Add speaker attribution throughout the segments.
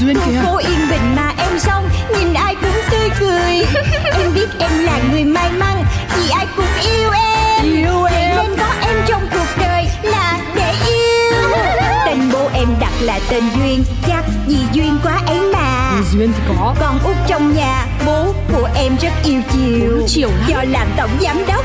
Speaker 1: duyên kìa
Speaker 2: cô yên bình mà em xong nhìn ai cũng tươi cười em biết em là người may mắn vì ai cũng yêu em
Speaker 1: Yêu
Speaker 2: Vậy
Speaker 1: em.
Speaker 2: nên có em trong cuộc đời là để yêu tên bố em đặt là tên duyên chắc vì duyên quá ấy mà
Speaker 3: À.
Speaker 1: Thì duyên thì có
Speaker 2: con út trong nhà bố của em rất yêu chiều
Speaker 1: Bố chiều lắm.
Speaker 2: do làm tổng giám đốc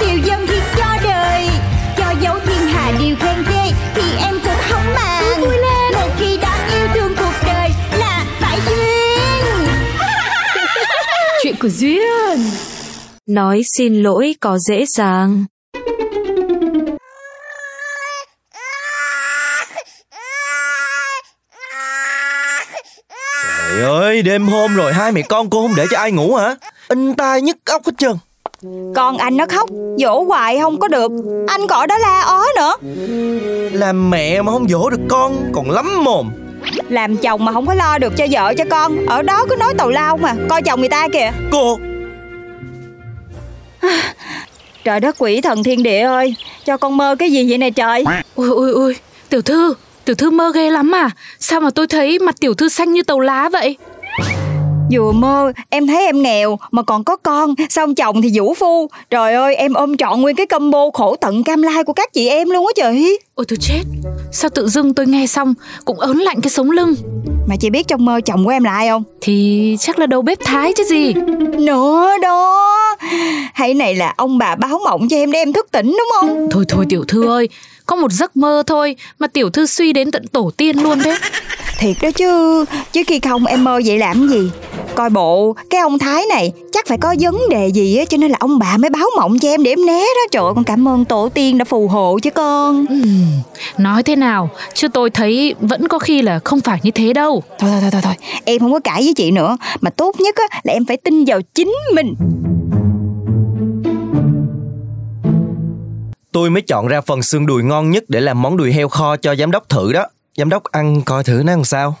Speaker 2: Điều dân thì cho đời Cho dấu thiên hà điều khen ghê Thì em cũng không màng vui lên Một khi đã yêu thương cuộc đời Là phải duyên
Speaker 1: Chuyện của duyên
Speaker 4: Nói xin lỗi có dễ dàng.
Speaker 5: Trời ơi, đêm hôm rồi hai mẹ con cô không để cho ai ngủ hả? In tai nhức óc hết trơn.
Speaker 2: Con anh nó khóc Dỗ hoài không có được Anh gọi đó la ó nữa
Speaker 5: Làm mẹ mà không dỗ được con, còn lắm mồm.
Speaker 2: Làm chồng mà không có lo được cho vợ cho con Ở đó cứ nói tàu lao mà Coi chồng người ta kìa
Speaker 5: Cô,
Speaker 2: Trời đất quỷ thần thiên địa ơi Cho con mơ cái gì vậy này trời
Speaker 3: Ôi ôi ôi, tiểu thư, tiểu thư mơ ghê lắm à? Sao mà tôi thấy mặt tiểu thư xanh như tàu lá vậy?
Speaker 2: Vừa mơ em thấy em nghèo Mà còn có con Xong chồng thì vũ phu Trời ơi em ôm trọn nguyên cái combo khổ tận cam lai Của các chị em luôn á trời
Speaker 3: Ôi tôi chết, sao tự dưng tôi nghe xong cũng ớn lạnh cái sống lưng.
Speaker 2: Mà chị biết trong mơ chồng của em là ai không
Speaker 3: Thì chắc là đầu bếp thái chứ gì.
Speaker 2: Nữa đó Hay này là ông bà báo mộng cho em để em thức tỉnh đúng không
Speaker 3: Thôi thôi tiểu thư ơi, có một giấc mơ thôi mà tiểu thư suy đến tận tổ tiên luôn đấy.
Speaker 2: Thiệt đó chứ Chứ khi không em mơ vậy làm gì Coi bộ cái ông Thái này Chắc phải có vấn đề gì á Cho nên là ông bà mới báo mộng cho em để em né đó Trời ơi, con cảm ơn tổ tiên đã phù hộ chứ con
Speaker 3: Ừm, Ừ. nói thế nào, chứ tôi thấy vẫn có khi là không phải như thế đâu.
Speaker 2: Thôi thôi thôi thôi, thôi. Em không có cãi với chị nữa Mà tốt nhất á, là em phải tin vào chính mình
Speaker 5: tôi mới chọn ra phần xương đùi ngon nhất để làm món đùi heo kho cho giám đốc thử đó. Giám đốc ăn coi thử nó làm sao.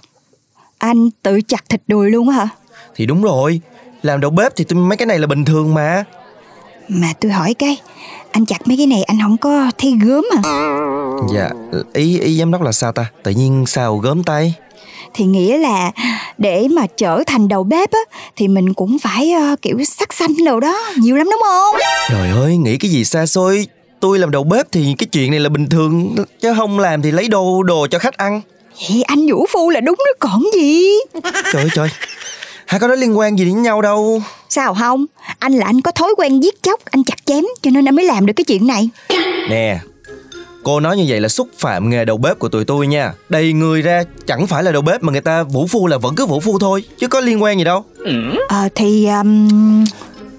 Speaker 2: Anh tự chặt thịt đùi luôn á hả
Speaker 5: Thì đúng rồi, làm đầu bếp thì tôi mấy cái này là bình thường mà.
Speaker 2: Mà tôi hỏi cái Anh chặt mấy cái này anh không có thấy gớm à
Speaker 5: Dạ, ý ý giám đốc là sao ta? Tự nhiên sao gớm tay?
Speaker 2: Thì nghĩa là để mà trở thành đầu bếp á Thì mình cũng phải ờ, kiểu sắc xanh đồ đó Nhiều lắm đúng không
Speaker 5: Trời ơi, nghĩ cái gì xa xôi. Tôi làm đầu bếp thì cái chuyện này là bình thường, chứ không làm thì lấy đồ đồ cho khách ăn.
Speaker 2: Vậy anh Vũ Phu là đúng đó còn gì
Speaker 5: Trời ơi trời Hai cái đó liên quan gì đến nhau đâu
Speaker 2: Sao không Anh là anh có thói quen giết chóc Anh chặt chém cho nên anh mới làm được cái chuyện này
Speaker 5: Nè Cô nói như vậy là xúc phạm nghề đầu bếp của tụi tôi nha Đầy người ra chẳng phải là đầu bếp mà người ta vũ phu là vẫn cứ vũ phu thôi Chứ có liên quan gì đâu
Speaker 2: Ờ thì um,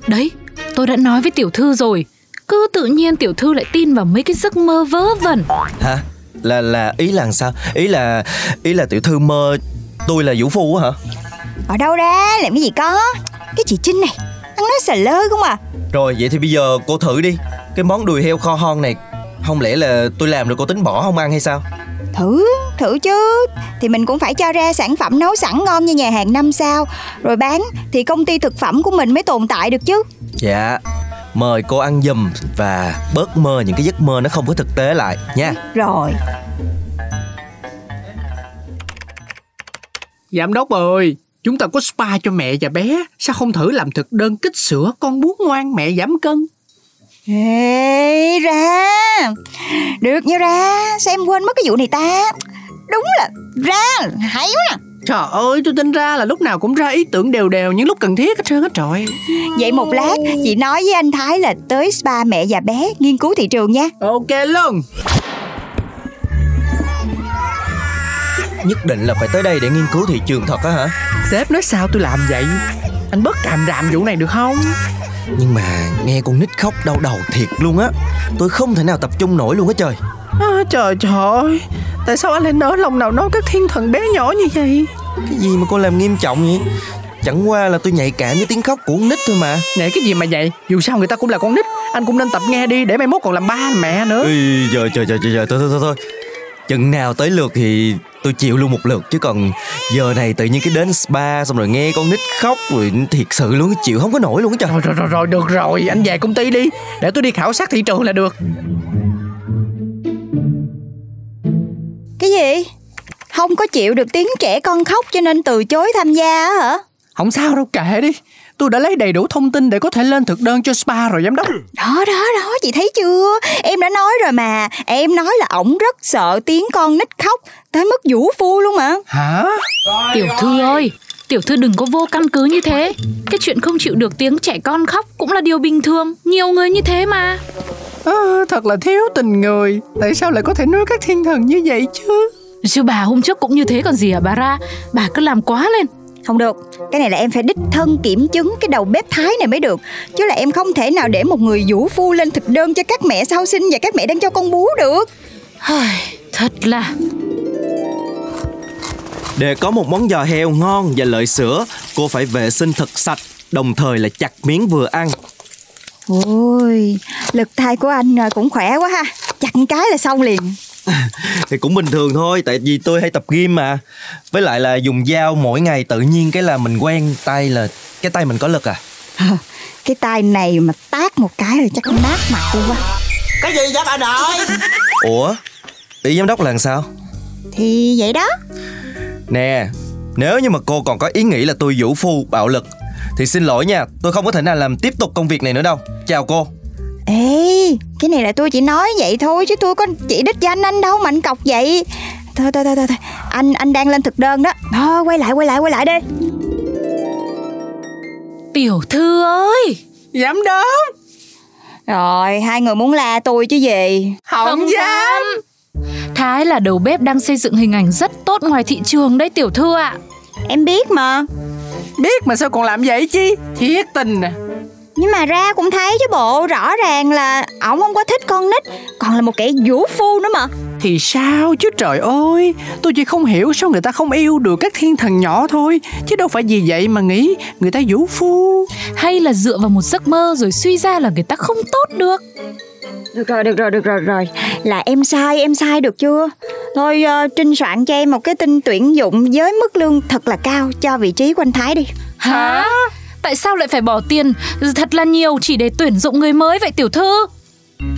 Speaker 3: Đấy, tôi đã nói với tiểu thư rồi, cứ tự nhiên tiểu thư lại tin vào mấy cái giấc mơ vớ vẩn.
Speaker 5: Hả? Là là ý là sao? Ý là ý là tiểu thư mơ tôi là vũ phu á hả?
Speaker 2: Ở đâu ra làm cái gì có Cái chị Trinh này Ăn nói xà lơ không à
Speaker 5: Rồi vậy thì bây giờ cô thử đi Cái món đùi heo kho hon này Không lẽ là tôi làm rồi cô tính bỏ không ăn hay sao?
Speaker 2: Thử Thử chứ Thì mình cũng phải cho ra sản phẩm nấu sẵn ngon như nhà hàng năm sao Rồi bán Thì công ty thực phẩm của mình mới tồn tại được chứ
Speaker 5: Dạ Mời cô ăn giùm và bớt mơ những cái giấc mơ nó không có thực tế lại nha
Speaker 2: Rồi
Speaker 6: Giám đốc ơi, chúng ta có spa cho mẹ và bé, sao không thử làm thực đơn kích sữa con bú ngoan mẹ giảm cân?
Speaker 2: Ê ra Được như ra Sao em quên mất cái vụ này ta Đúng là ra Hay quá
Speaker 6: Trời ơi, tôi tin ra là lúc nào cũng ra ý tưởng đều đều những lúc cần thiết hết trơn hết trời.
Speaker 2: Vậy một lát chị nói với anh Thái là tới spa mẹ và bé nghiên cứu thị trường nha
Speaker 6: Ok luôn.
Speaker 5: Nhất định là phải tới đây để nghiên cứu thị trường thật á hả
Speaker 6: Sếp nói sao tôi làm vậy? Anh bớt càm ràm vụ này được không?
Speaker 5: Nhưng mà nghe con nít khóc đau đầu thiệt luôn á Tôi không thể nào tập trung nổi luôn á trời
Speaker 6: À, trời trời ơi, tại sao anh lại nỡ lòng nào nói các thiên thần bé nhỏ như vậy?
Speaker 5: Cái gì mà cô làm nghiêm trọng vậy Chẳng qua là tôi nhạy cảm với tiếng khóc của con nít thôi mà
Speaker 6: Nhảy cái gì mà vậy Dù sao người ta cũng là con nít Anh cũng nên tập nghe đi Để mai mốt còn làm ba làm mẹ nữa
Speaker 5: Ê, trời trời trời trời trời, thôi thôi thôi thôi Chừng nào tới lượt thì tôi chịu luôn một lượt Chứ còn giờ này tự nhiên cái đến spa xong rồi nghe con nít khóc rồi Thiệt sự luôn chịu không có nổi luôn á trời
Speaker 6: Rồi rồi rồi rồi được rồi Anh về công ty đi Để tôi đi khảo sát thị trường là được
Speaker 2: Cái gì? Không có chịu được tiếng trẻ con khóc cho nên từ chối tham gia á hả?
Speaker 6: Không sao đâu kệ đi Tôi đã lấy đầy đủ thông tin để có thể lên thực đơn cho spa rồi giám đốc
Speaker 2: Đó đó đó chị thấy chưa Em đã nói rồi mà Em nói là ổng rất sợ tiếng con nít khóc Tới mức vũ phu luôn mà
Speaker 6: Hả?
Speaker 3: Tiểu thư ơi, tiểu thư đừng có vô căn cứ như thế. Cái chuyện không chịu được tiếng trẻ con khóc cũng là điều bình thường, nhiều người như thế mà.
Speaker 6: Ờ, thật là thiếu tình người Tại sao lại có thể nuôi các thiên thần như vậy chứ
Speaker 3: Chứ bà hôm trước cũng như thế còn gì hả bà ra, bà cứ làm quá lên.
Speaker 2: Không được Cái này là em phải đích thân kiểm chứng Cái đầu bếp thái này mới được Chứ là em không thể nào để một người vũ phu lên thực đơn Cho các mẹ sau sinh và các mẹ đang cho con bú được
Speaker 3: Hời, Thật là
Speaker 5: Để có một món giò heo ngon và lợi sữa Cô phải vệ sinh thật sạch Đồng thời là chặt miếng vừa ăn
Speaker 2: Ôi Lực thai của anh à, cũng khỏe quá ha Chặt một cái là xong liền
Speaker 5: Thì cũng bình thường thôi Tại vì tôi hay tập gym mà Với lại là dùng dao mỗi ngày tự nhiên cái là mình quen tay là Cái tay mình có lực à
Speaker 2: Ờ, Cái tay này mà tát một cái là chắc nát mặt luôn quá
Speaker 7: cái gì vậy bà nội
Speaker 5: Ủa Ý giám đốc là làm sao
Speaker 2: Thì vậy đó
Speaker 5: Nè, nếu như mà cô còn có ý nghĩ là tôi vũ phu, bạo lực Thì xin lỗi nha, tôi không có thể nào làm tiếp tục công việc này nữa đâu Chào cô
Speaker 2: Ê, cái này là tôi chỉ nói vậy thôi chứ tôi có chỉ đích danh anh đâu mà anh cọc vậy. Thôi thôi thôi thôi, thôi. anh anh đang lên thực đơn đó. Thôi quay lại quay lại quay lại đi.
Speaker 3: tiểu thư ơi.
Speaker 6: Giám đốc
Speaker 2: Rồi, hai người muốn la tôi chứ gì.
Speaker 3: Không dám Thái là đầu bếp đang xây dựng hình ảnh rất tốt ngoài thị trường đấy tiểu thư ạ
Speaker 2: Em biết mà.
Speaker 6: Biết mà sao còn làm vậy chứ Thiệt tình à? nè
Speaker 2: Nhưng mà ra cũng thấy chứ bộ, rõ ràng là ổng không có thích con nít, còn là một kẻ vũ phu nữa mà.
Speaker 6: Thì sao chứ trời ơi Tôi chỉ không hiểu sao người ta không yêu được các thiên thần nhỏ thôi Chứ đâu phải vì vậy mà nghĩ người ta vũ phu
Speaker 3: Hay là dựa vào một giấc mơ rồi suy ra là người ta không tốt được
Speaker 2: Được rồi, được rồi, được rồi, rồi. Là em sai, em sai được chưa? Thôi ờ, trinh soạn cho em một cái tin tuyển dụng với mức lương thật là cao cho vị trí của anh Thái đi.
Speaker 3: Hả? Tại sao lại phải bỏ tiền thật là nhiều chỉ để tuyển dụng người mới vậy tiểu thư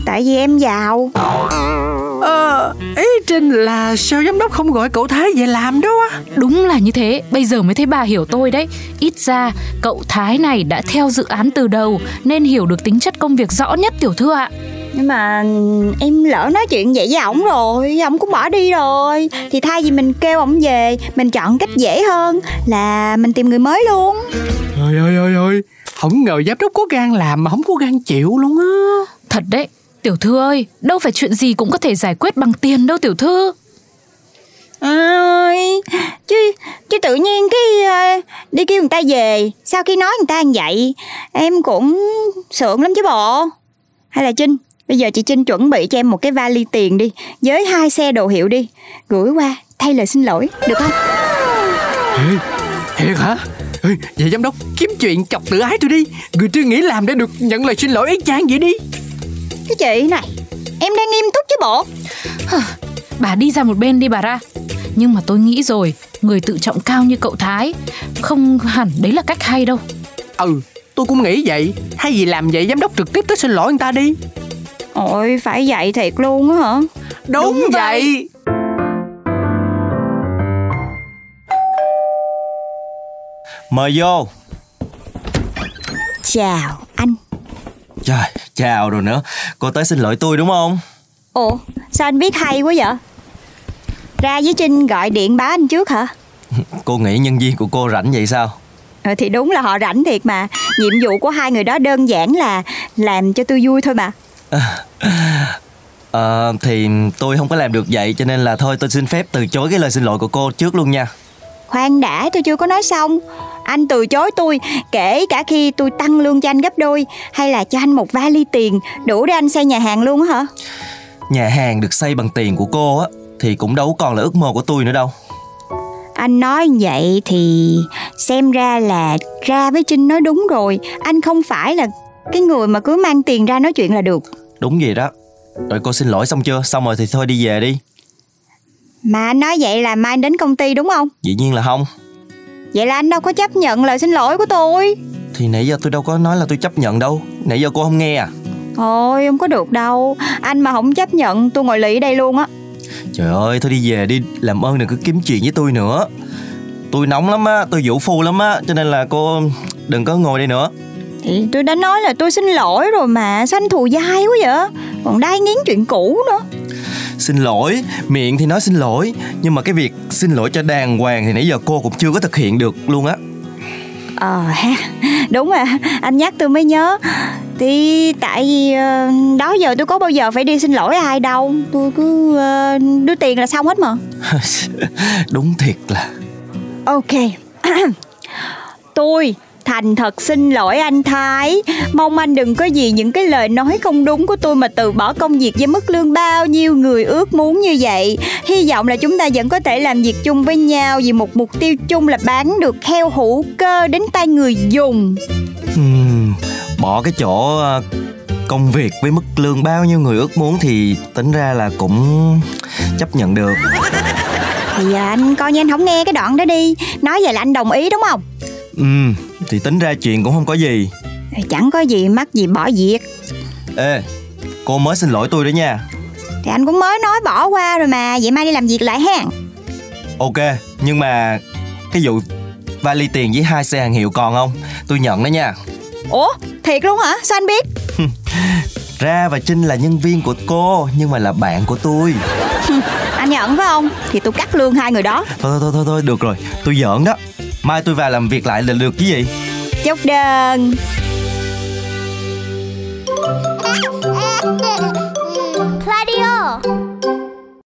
Speaker 2: Tại vì em giàu.
Speaker 6: Ờ, ý Trinh là sao giám đốc không gọi cậu Thái về làm đó á
Speaker 3: Đúng là như thế, bây giờ mới thấy bà hiểu tôi đấy Ít ra cậu Thái này đã theo dự án từ đầu Nên hiểu được tính chất công việc rõ nhất tiểu thư ạ
Speaker 2: Nhưng mà em lỡ nói chuyện vậy với ổng rồi Ổng cũng bỏ đi rồi Thì thay vì mình kêu ổng về Mình chọn cách dễ hơn Là mình tìm người mới luôn
Speaker 6: Trời ơi ơi ơi Không ngờ giám đốc có gan làm mà không có gan chịu luôn á
Speaker 3: Thật đấy, tiểu thư ơi Đâu phải chuyện gì cũng có thể giải quyết bằng tiền đâu tiểu thư
Speaker 2: Ôi, chứ chứ tự nhiên cái ờ, đi kêu người ta về sau khi nói người ta ăn vậy em cũng sượng lắm chứ bộ hay là trinh bây giờ chị trinh chuẩn bị cho em một cái vali tiền đi với hai xe đồ hiệu đi gửi qua thay lời xin lỗi được không
Speaker 6: Thiệt hả Ê, Vậy giám đốc kiếm chuyện chọc tự ái tôi đi Người tôi nghĩ làm để được nhận lời xin lỗi ấy chang vậy đi
Speaker 2: cái chị này em đang nghiêm túc chứ bộ
Speaker 3: Bà đi ra một bên đi bà ra Nhưng mà tôi nghĩ rồi Người tự trọng cao như cậu Thái Không hẳn đấy là cách hay đâu
Speaker 6: Ừ tôi cũng nghĩ vậy Hay vì làm vậy giám đốc trực tiếp tới xin lỗi người ta đi
Speaker 2: Ôi phải vậy thiệt luôn á hả
Speaker 6: Đúng, vậy
Speaker 5: Mời vô
Speaker 2: Chào anh
Speaker 5: Trời, chào rồi nữa Cô tới xin lỗi tôi đúng không?
Speaker 2: Ồ sao anh biết hay quá vậy Ra với Trinh gọi điện báo anh trước hả
Speaker 5: Cô nghĩ nhân viên của cô rảnh vậy sao?
Speaker 2: Ờ, Thì đúng là họ rảnh thiệt mà Nhiệm vụ của hai người đó đơn giản là Làm cho tôi vui thôi mà
Speaker 5: Ờ, thì tôi không có làm được vậy cho nên là thôi tôi xin phép từ chối cái lời xin lỗi của cô trước luôn nha
Speaker 2: Khoan đã tôi chưa có nói xong Anh từ chối tôi Kể cả khi tôi tăng lương cho anh gấp đôi Hay là cho anh một vali tiền Đủ để anh xây nhà hàng luôn á hả
Speaker 5: Nhà hàng được xây bằng tiền của cô á Thì cũng đâu còn là ước mơ của tôi nữa đâu
Speaker 2: Anh nói vậy thì xem ra là ra với trinh nói đúng rồi anh không phải là cái người mà cứ mang tiền ra nói chuyện là được
Speaker 5: Đúng vậy đó Rồi cô xin lỗi xong chưa Xong rồi thì thôi đi về đi
Speaker 2: mà anh nói vậy là mai anh đến công ty đúng không
Speaker 5: Dĩ nhiên là không
Speaker 2: vậy là anh đâu có chấp nhận lời xin lỗi của tôi
Speaker 5: Thì nãy giờ tôi đâu có nói là tôi chấp nhận đâu Nãy giờ cô không nghe à
Speaker 2: thôi không có được đâu anh mà không chấp nhận tôi ngồi lì ở đây luôn á
Speaker 5: Trời ơi thôi đi về đi Làm ơn đừng có kiếm chuyện với tôi nữa Tôi nóng lắm á Tôi vũ phu lắm á Cho nên là cô đừng có ngồi đây nữa
Speaker 2: thì tôi đã nói là tôi xin lỗi rồi mà sao anh thù dai quá vậy còn đai nghiến chuyện cũ nữa
Speaker 5: Xin lỗi Miệng thì nói xin lỗi Nhưng mà cái việc xin lỗi cho đàng hoàng Thì nãy giờ cô cũng chưa có thực hiện được luôn á
Speaker 2: Ờ ha, đúng à, anh nhắc tôi mới nhớ Thì tại vì ờ, đó giờ tôi có bao giờ phải đi xin lỗi ai đâu Tôi cứ ờ, đưa tiền là xong hết mà
Speaker 5: Đúng thiệt là
Speaker 2: Ok Tôi thành thật xin lỗi anh Thái Mong anh đừng có vì những cái lời nói không đúng của tôi Mà từ bỏ công việc với mức lương bao nhiêu người ước muốn như vậy Hy vọng là chúng ta vẫn có thể làm việc chung với nhau Vì một mục tiêu chung là bán được heo hữu cơ đến tay người dùng
Speaker 5: Ừm, Bỏ cái chỗ ờ, công việc với mức lương bao nhiêu người ước muốn Thì tính ra là cũng chấp nhận được
Speaker 2: Thì à, anh coi như anh không nghe cái đoạn đó đi Nói vậy là anh đồng ý đúng không?
Speaker 5: Ừm, Thì tính ra chuyện cũng không có gì
Speaker 2: Chẳng có gì mắc gì bỏ việc
Speaker 5: Ê Cô mới xin lỗi tôi đó nha
Speaker 2: Thì anh cũng mới nói bỏ qua rồi mà Vậy mai đi làm việc lại ha
Speaker 5: Ok Nhưng mà Cái vụ vali tiền với hai xe hàng hiệu còn không Tôi nhận đó nha
Speaker 2: Ủa thiệt luôn hả? Sao anh biết?
Speaker 5: Ra và Trinh là nhân viên của cô Nhưng mà là bạn của tôi
Speaker 2: Anh nhận phải không? Thì tôi cắt lương hai người đó
Speaker 5: Thôi thôi thôi thôi được rồi Tôi giỡn đó Mai tôi vào làm việc lại là được chứ gì
Speaker 2: Chốt đơn